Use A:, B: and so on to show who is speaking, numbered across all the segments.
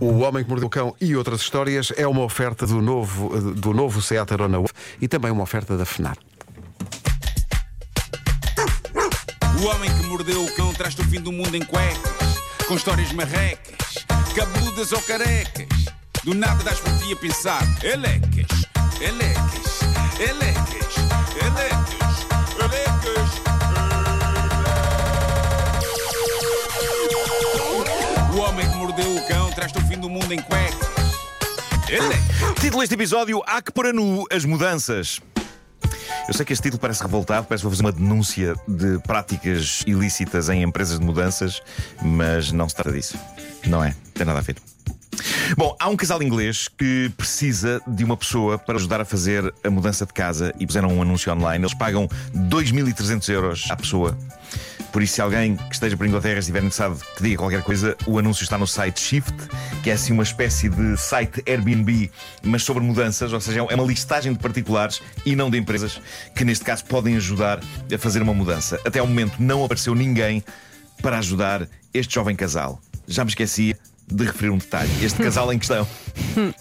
A: O Homem que Mordeu o Cão e outras histórias é uma oferta do novo, do novo Seat Arona Wolf e também uma oferta da FNAR.
B: O homem que mordeu o cão traz-te o fim do mundo em cuecas, com histórias marrecas, cabeludas ou carecas. Do nada das por ti a pensar, elecas, elecas, elecas, elecas, elecas. O homem que mordeu o cão traz-te o fim do mundo em cuecas. Elecas.
C: Título deste episódio: Há que pôr a nu as mudanças. Eu sei que este título parece revoltado, parece que vou fazer uma denúncia de práticas ilícitas em empresas de mudanças, mas não se trata disso. Não é? Tem nada a ver. Bom, há um casal inglês que precisa de uma pessoa para ajudar a fazer a mudança de casa e puseram um anúncio online. Eles pagam 2.300 euros à pessoa. Por isso, se alguém que esteja por Inglaterra estiver interessado que diga qualquer coisa, o anúncio está no site Shift, que é assim uma espécie de site Airbnb, mas sobre mudanças, ou seja, é uma listagem de particulares e não de empresas que, neste caso, podem ajudar a fazer uma mudança. Até ao momento não apareceu ninguém para ajudar este jovem casal. Já me esquecia de referir um detalhe. Este casal em questão,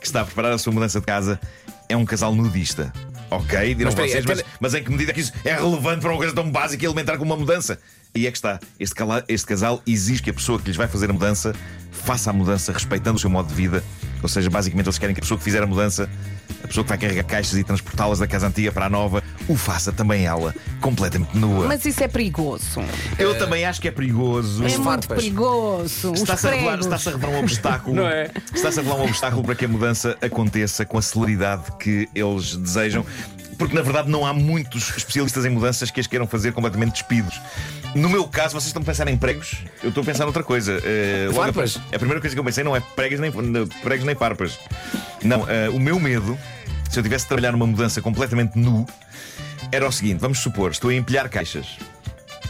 C: que está a preparar a sua mudança de casa, é um casal nudista. Ok, dirão
D: Mas espera aí,
C: vocês, mas,
D: aquela-
C: mas em que medida é que isso é relevante para uma coisa tão básica e elementar como uma mudança? E é que está. Este, cala- este casal exige que a pessoa que lhes vai fazer a mudança faça a mudança respeitando o seu modo de vida. Ou seja, basicamente eles querem que a pessoa que fizer a mudança, a pessoa que vai carregar caixas e transportá-las da casa antiga para a nova, o faça também ela, completamente nua.
E: Mas isso é perigoso.
C: Eu também acho que é perigoso.
E: é muito
D: farpas.
E: perigoso. Os
C: Está-se a, revelar,
E: pregos.
C: está-se a revelar um obstáculo.
D: Não é?
C: Está-se a revelar um obstáculo para que a mudança aconteça com a celeridade que eles desejam. Porque, na verdade, não há muitos especialistas em mudanças que as queiram fazer completamente despidos. No meu caso, vocês estão a pensar em pregos? Eu estou a pensar noutra coisa. Eh, logo a-
D: Farpas?
C: A primeira coisa que eu pensei não é pregos nem, não, pregos nem farpas. Não, eh, o meu medo, se eu tivesse de trabalhar numa mudança completamente nu, era o seguinte: vamos supor, estou a empilhar caixas.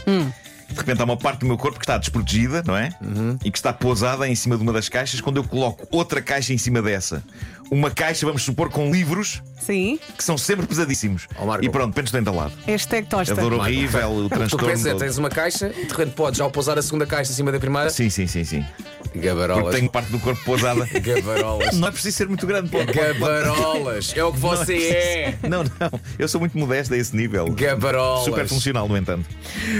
D: Hum.
C: De repente há uma parte do meu corpo que está desprotegida, não é?
D: Uhum.
C: E que está pousada em cima de uma das caixas. Quando eu coloco outra caixa em cima dessa, uma caixa, vamos supor, com livros
E: Sim,
C: que são sempre pesadíssimos.
D: Ó, Oh, Marco. é
C: e pronto, pentes dentro lado.
E: hashtag
C: A
E: é tosta.
C: dor horrível, o
D: Tu
C: transtorno.
D: pensa,
C: todo.
D: tens uma caixa e de repente podes, ao pousar a segunda caixa em cima da primeira,
C: Sim, sim, sim, sim. Porque
D: gabarolas.
C: tenho parte do corpo pousada.
D: Gabarolas.
C: não é preciso ser muito grande, pô.
D: Gabarolas. É o que você é.
C: Não, não. Eu sou muito modesto a esse nível.
D: Gabarolas.
C: Super funcional, no entanto.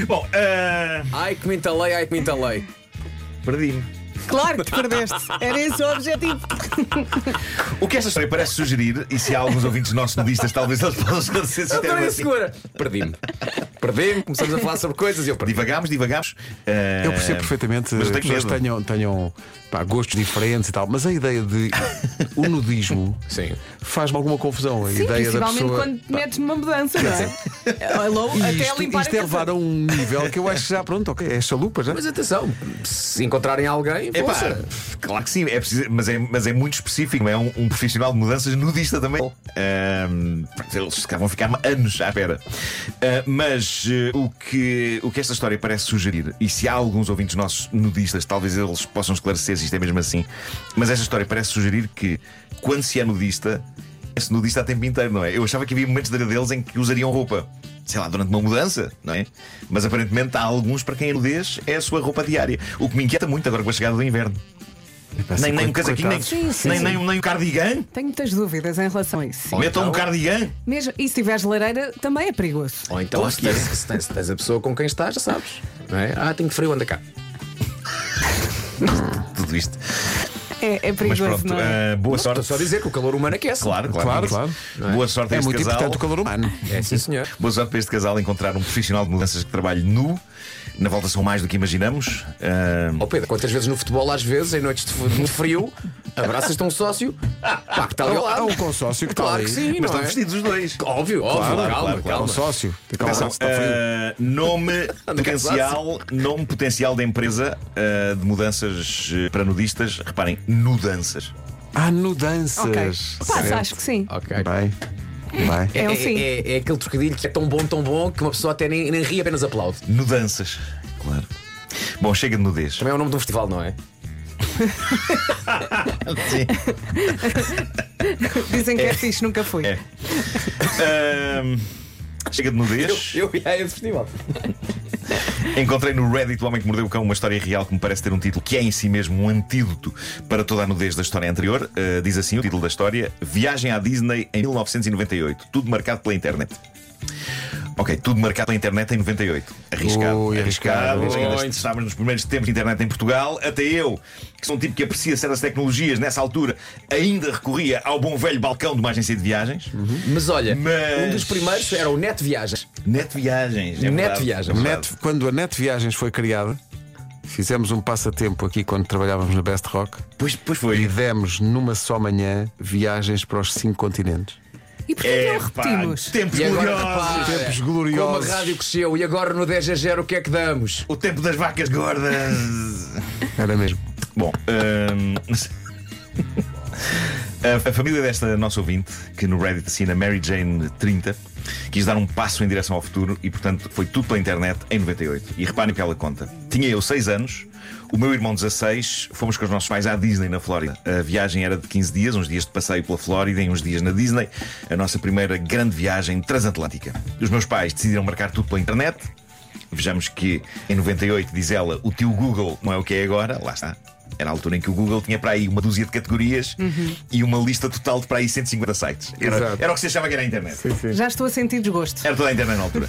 C: Bom, ah,
D: Ai que me entalei, ai que me entalei.
C: perdi-me.
E: Claro que te perdeste. Era esse o objetivo.
C: O que esta história parece sugerir, e se há alguns ouvintes nossos nudistas, talvez eles possam ser
D: Adorei a é segura. Perdi-me. Perdi-me, começamos a falar sobre coisas e eu perdi.
C: Divagámos, divagámos. Ah,
A: Eu percebo perfeitamente
C: É, mas
A: que
C: tenho
A: pessoas
C: medo.
A: tenham, tenham pá, gostos diferentes e tal, mas a ideia de o nudismo
D: Sim.
A: faz-me alguma confusão. A
E: Sim,
A: ideia da
E: principalmente
A: pessoa.
E: quando te metes numa mudança, não é? Alô,
A: E
E: até
A: isto,
E: limpar
A: isto
E: a
A: é
E: casa.
A: levar a um nível que eu acho que já pronto, ok, é chalupa já.
D: Mas atenção, se encontrarem alguém,
C: É pá,
D: força.
C: claro que sim, é preciso, mas, é, mas é muito específico. É um, um profissional de mudanças nudista também. Ahm, eles se calhar vão ficar anos à espera. Ah, mas eh, o, que, o que esta história parece sugerir, e se há alguns ouvintes nossos nudistas, talvez eles possam esclarecer se isto é mesmo assim, mas esta história parece sugerir que quando se é nudista, é-se nudista a tempo inteiro, não é? Eu achava que havia momentos deles em que usariam roupa. Sei lá, durante uma mudança, não é? Mas aparentemente há alguns para quem a nudez é a sua roupa diária. O que me inquieta muito agora com a chegada do inverno.
A: Epá,
C: Nem,
A: assim,
C: nem
A: coit-
C: um casaquinho, nem,
A: coitados.
E: Sim, sim,
C: nem,
E: sim.
C: nem, nem um cardigan.
E: Tenho muitas dúvidas em relação a isso. sim.
C: Metam um cardigan.
E: Mesmo, e se tiveres lareira, também é perigoso.
D: Ou então, se tens, se tens- se tens a pessoa com quem estás, já sabes. não é? Ah, tenho frio, anda cá.
C: Tudo isto.
E: É, é
C: Mas
E: perigoso,
C: pronto,
E: não é?
C: ah, boa
D: Estou
C: sorte.
D: só a dizer que o calor humano aquece.
C: Claro, claro.
A: Claro, claro.
C: Boa sorte a
A: É
C: este
A: muito
C: casal.
A: importante o calor humano.
D: É, sim, senhor.
C: Boa sorte para este casal encontrar um profissional de mudanças que trabalhe nu. Na volta são mais do que imaginamos. Ah,
D: Ó Pedro, quantas vezes no futebol, às vezes, em noites de fu- de frio, abraças-te a um sócio, pá, que está ali ao
A: Há
D: lado.
A: um consórcio que está
D: Claro
A: ali.
D: que sim,
C: mas
D: não
C: estão
D: é?
C: vestidos os dois.
D: Óbvio, óbvio,
C: Claro,
D: calma,
C: claro,
A: É um
C: claro.
D: calma.
A: Consórcio.
C: Atenção, ah, nome
D: Anda
C: potencial, nome potencial da empresa ah, de mudanças eh, para nudistas. Reparem, nudanças.
A: Há nudanças.
E: Ok.
A: Certo.
E: Passa, acho que sim.
D: Ok.
A: Bem, bem.
E: É um sim.
D: é, é aquele trocadilho que é tão bom, tão bom, que uma pessoa até nem, nem ri, apenas aplaude.
C: Nudanças. Claro. Bom, chega de nudez.
D: Também é o nome de um festival, não é?
E: Dizem que é fixe, nunca fui.
C: É. Ahm, chega de nudez.
D: Eu ia a esse festival.
C: Encontrei no Reddit o Homem que Mordeu o Cão uma história real que me parece ter um título que é em si mesmo um antídoto para toda a nudez da história anterior. Uh, diz assim o título da história: Viagem à Disney em 1998. Tudo marcado pela internet. Ok, tudo marcado pela internet em 98. Arriscado.
A: Ui, arriscado.
C: arriscado. Ainda Estávamos nos primeiros tempos de internet em Portugal. Até eu, que sou um tipo que aprecia certas tecnologias, nessa altura ainda recorria ao bom velho balcão de uma agência de viagens.
A: Uhum.
D: Mas olha,
C: Mas-
D: um dos primeiros era o Net Viagens.
C: Net Viagens. É
D: Net
C: verdade,
D: Viagens.
C: é verdade.
A: Net- quando a Net Viagens foi criada, fizemos um passatempo aqui quando trabalhávamos na Best Rock
C: Pois, pois
A: e
C: foi.
A: demos numa só manhã viagens para os cinco continentes.
E: E porquê
C: É,
E: não
C: pá,
E: Então repetimos?
C: tempos
D: E agora,
C: gloriosos.
D: repara,
A: tempos
D: como
A: gloriosos.
D: a rádio cresceu e agora no 10 a 0 o que é que damos?
C: O tempo das vacas gordas.
A: Era mesmo.
C: Bom, hum, a, a família desta nossa ouvinte, que no Reddit assina Mary Jane 30, quis dar um passo em direção ao futuro e, portanto, foi tudo pela internet em 98. E reparem o que ela conta. Tinha eu 6 anos, o meu irmão 16, fomos com os nossos pais à Disney na Flórida. A viagem era de 15 dias, uns dias de passeio pela Flórida e uns dias na Disney. A nossa primeira grande viagem transatlântica. Os meus pais decidiram marcar tudo pela internet. Vejamos que em 98, diz ela, o tio Google não é o que é agora, lá está. Era a altura em que o Google tinha para aí uma dúzia de categorias e uma lista total de para aí 150 sites. Era,
A: Exato.
C: era o que se achava que era a internet.
E: Já estou a sentir desgosto.
C: Era toda a internet é na altura.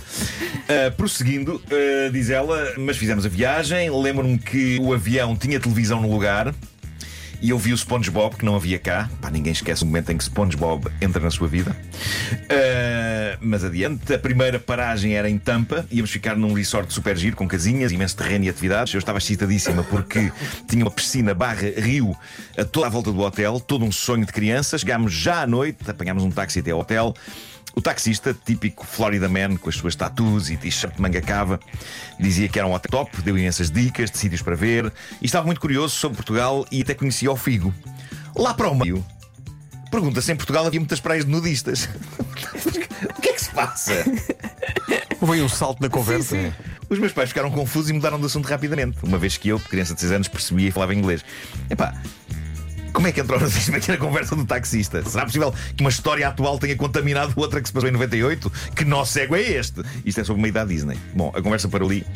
C: Ah, prosseguindo, ah, diz ela, mas fizemos a viagem. Lembro-me que o avião tinha televisão no lugar e eu vi o SpongeBob, que não havia cá. Pá, ninguém esquece o momento em que SpongeBob entra na sua vida. Ah, mas adiante, a primeira paragem era em Tampa. Íamos ficar num resort super giro, com casinhas, imenso terreno e atividades. Eu estava excitadíssima porque tinha uma piscina barra rio a toda a volta do hotel. Todo um sonho de criança. Chegámos já à noite, apanhámos um táxi até ao hotel. O taxista, típico Florida Man, com as suas tatuas e t-shirt de manga cava, dizia que era um hotel top, deu imensas dicas de sítios para ver e estava muito curioso sobre Portugal e até conhecia o Figo. Lá para o meio, pergunta se em Portugal havia muitas praias de nudistas. o que é que se passa?
A: Houve aí um salto na conversa.
C: É.
E: sim.
C: Os meus pais ficaram confusos e mudaram de assunto rapidamente, uma vez que eu, de criança de 6 anos, percebia e falava inglês. Epá, como é que entrou no sistema aqui na conversa do taxista? Será possível que uma história atual tenha contaminado outra que se passou em 98? Que nó cego é este? Isto é sobre uma idade Disney. Bom, a conversa para ali.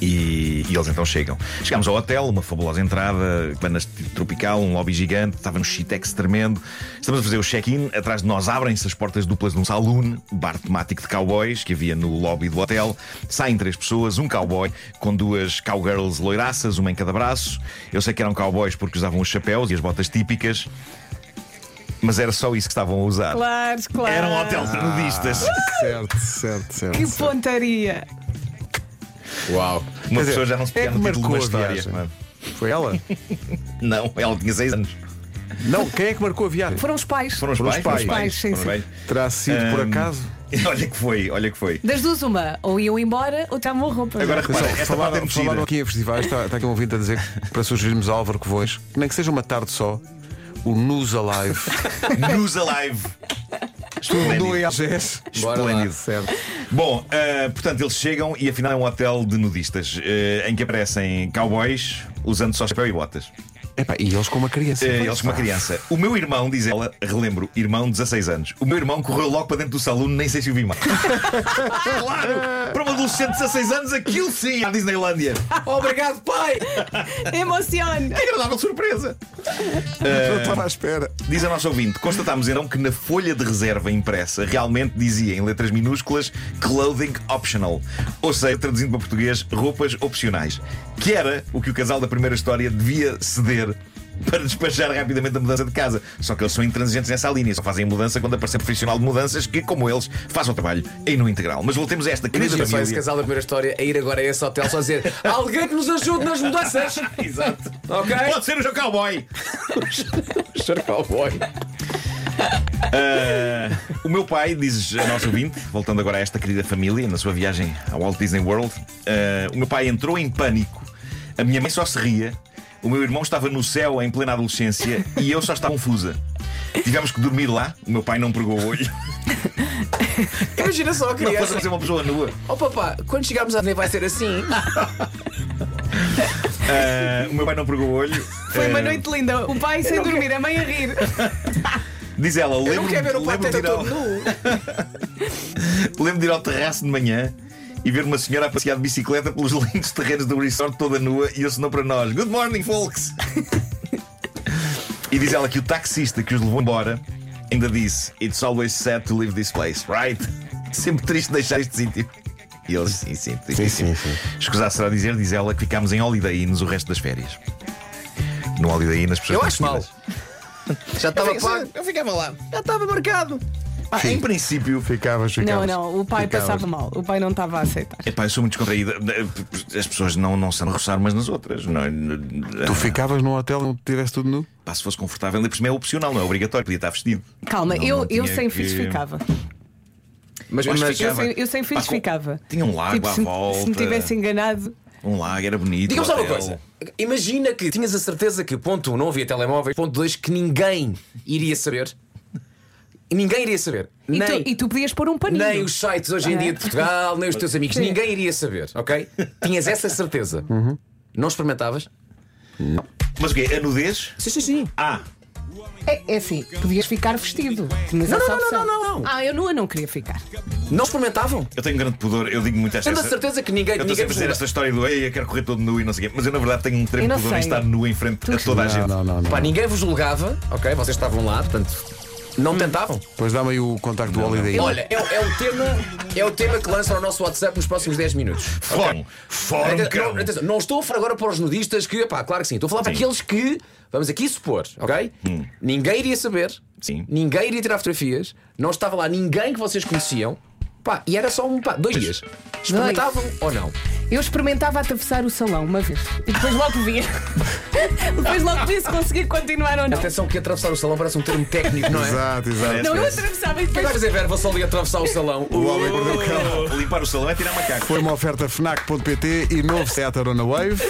C: E, e eles então chegam. Chegámos ao hotel, uma fabulosa entrada, planas tropical, um lobby gigante, estava um shitex tremendo. Estamos a fazer o check-in, atrás de nós abrem-se as portas duplas de um saloon, bar temático de cowboys que havia no lobby do hotel. Saem três pessoas, um cowboy com duas cowgirls loiraças, uma em cada braço. Eu sei que eram cowboys porque usavam os chapéus e as botas típicas, mas era só isso que estavam a usar.
E: Claro, claro.
C: Era um hotel de nudistas.
A: Ah. Certo, certo, certo.
E: Que pontaria!
D: Uau!
C: Uma
A: Quer dizer,
C: pessoa já não se
A: é
C: pega
A: que
C: no título de
A: marcou a
C: uma história. é?
A: viagem.
C: mano.
A: Foi ela?
C: Não, ela tinha seis anos.
A: Não, quem é que marcou a viagem?
E: Foram os pais.
C: Foram os
A: Foram os
C: pais?
A: pais.
E: Pais, sim,
C: foram
E: sim.
A: Terá sido por
C: Ahm,
A: acaso?
C: Olha que foi, olha que foi.
E: Das duas, uma. Ou iam embora ou estavam a roupa.
C: Agora repara,
A: Pessoal,
C: esta parte é
A: falaram,
C: mexida.
A: falaram aqui em festivais, está, está aqui um ouvinte a dizer que para sugerirmos a Álvaro Covões, nem que seja uma tarde só, o News Alive.
C: News Alive.
A: do
C: Esplêndido.
A: IAGS.
D: Bora lá.
C: Esplêndido.
A: Certo.
C: Bom, ah, portanto, eles chegam e afinal é um hotel de nudistas ah, em que aparecem cowboys usando só chapéu e botas.
A: Epá, e eles com uma criança.
C: Ah, eles com uma criança. O meu irmão, diz ela, relembro, irmão, 16 anos. O meu irmão correu logo para dentro do salão, nem sei se o vi mais. claro! Para um adolescente de 16 anos, aquilo sim, à Disneylândia. É
D: Obrigado, pai!
E: Emociona!
C: Agradável surpresa!
A: Eu estava à espera.
C: Diz a nossa ouvinte, constatámos então que na folha de reserva impressa realmente dizia em letras minúsculas clothing optional, ou seja, traduzindo para português, roupas opcionais, que era o que o casal da primeira história devia ceder para despachar rapidamente a mudança de casa. Só que eles são intransigentes nessa linha, só fazem mudança quando aparecer profissional de mudanças que, como eles, façam o trabalho em no integral. Mas voltemos a esta querida
D: Imagina só esse
C: família.
D: casal da primeira história a ir agora a esse hotel só dizer alguém que nos ajude nas mudanças!
C: Exato.
D: Ok?
C: Pode ser o João Cowboy!
D: Cowboy.
C: O meu pai, diz a nossa ouvinte, voltando agora a esta querida família, na sua viagem ao Walt Disney World, eh, o meu pai entrou em pânico, a minha mãe só se ria, o meu irmão estava no céu em plena adolescência e eu só estava confusa. Tivemos que dormir lá, o meu pai não pregou o olho,
D: Imagina só a
C: não fosse
D: criança.
C: ser uma pessoa nua.
D: Oh papá, quando chegarmos à Disney vai ser assim.
C: Eh, o meu pai não pregou o olho.
E: Foi uma
C: Eh,
E: noite linda. O pai sem dormir, a mãe a rir.
C: Diz ela,
D: Eu não
C: lembro-me
D: quero ver o
C: lembro-me de ir
D: pateta
C: ao-
D: todo nu.
C: Lembro de ir ao terraço de manhã e ver uma senhora a passear de bicicleta pelos lindos terrenos do resort toda nua e assinou para nós: Good morning, folks! e diz ela que o taxista que os levou embora ainda disse: It's always sad to leave this place, right? Sempre triste deixar este sítio. E eles, sim, sim, tristíssimo.
A: sim,
C: Escusar será dizer, diz ela, que ficámos em Holiday Inns o resto das férias. No Holiday Inn as pessoas
D: Eu
C: estão
D: acho mal.
C: vestidas.
D: Já estava pago.
C: Eu ficava lá. Já estava marcado. Ah, em princípio.
A: Ficavas,
E: Não,
A: ficavas.
E: não, o pai
A: Ficavas.
E: passava mal. O pai não estava a aceitar.
C: Epá, eu sou muito descontraída. As pessoas não, não sabem roçar umas nas outras. Não, é?
A: Tu ficavas num hotel onde tivesse tudo nu?
C: Pá, se fosse confortável, ainda por cima é opcional, não é obrigatório. Podia estar vestido.
E: Calma,
C: Não,
E: eu,
C: não
E: eu
C: tinha
E: sem
C: que-
E: filhos ficava.
D: Mas,
C: Eu acho
D: mas
C: que ficava.
E: Eu sem, eu sem filhos
C: Pá, com-
E: ficava.
C: Tinha um lago
E: Tipo,
C: à
E: se, me-
C: volta.
E: se me tivesse enganado,
C: Um lago, era bonito. um
D: diga-me só uma
C: hotel.
D: coisa. Imagina que tinhas a certeza que, ponto 1, não havia telemóveis, ponto 2, que ninguém iria saber. E Ninguém iria saber.
E: e
D: nem,
E: tu, e tu podias pôr um paninho.
D: nem os sites hoje em
E: Ah, é?
D: dia de Portugal, nem os teus amigos,
E: Sim.
D: ninguém iria saber, ok? Tinhas essa certeza. Não experimentavas?
C: Mas o quê? A nudez?
D: Sim, sim, sim.
C: Ah,
E: É, é assim, podias ficar vestido. Tinhas
D: Não,
E: essa
D: não, não,
E: opção.
D: não, não, não.
E: Ah, eu nua não queria ficar.
D: Não experimentavam?
C: eu tenho um grande pudor. Eu digo muito esta.
D: Tendo a certeza que ninguém.
C: Eu estou
D: ninguém
C: sempre a dizer
D: vos-
C: esta história do Ei, eu quero correr todo nu e não sei o quê. Mas eu, na verdade, tenho um
E: Eu
C: tremendo
E: não
C: pudor em
E: sei.
C: estar nu em frente a toda a gente.
A: Não, não, não.
D: Pá, ninguém vos julgava, ok? Vocês estavam lá, portanto. Não tentavam?
A: Pois dá-me aí o contacto do Holiday Inn.
D: Olha, é, o- é o tema, é o tema que lança o nosso WhatsApp nos próximos 10 minutos.
C: Fórum. Fórum,
D: Atenção,
C: cão.
D: não, atenção, não estou a falar agora para os nudistas que, pá, claro que sim. Hum. Estou a falar para
C: Sim.
D: aqueles que, vamos aqui supor, ok? Ninguém iria saber,
C: Sim.
D: ninguém iria tirar fotografias, não estava lá ninguém que vocês conheciam, pá, e era só um, pá, dois dias. Experimentavam ou não?
E: Eu experimentava atravessar o salão uma vez. E depois logo via. depois logo via se conseguia continuar ou não.
D: Atenção que atravessar o salão parece um termo técnico, não é?
A: Exato, exato.
E: Não, eu
C: assim.
E: atravessava e
D: Agora
E: depois.
D: dizer, Vera, vou só ali atravessar o salão.
A: O homem que mordeu o cão.
C: Limpar o salão é tirar macaco.
A: Foi uma oferta FNAC.pt e novo Seat Arona Wave.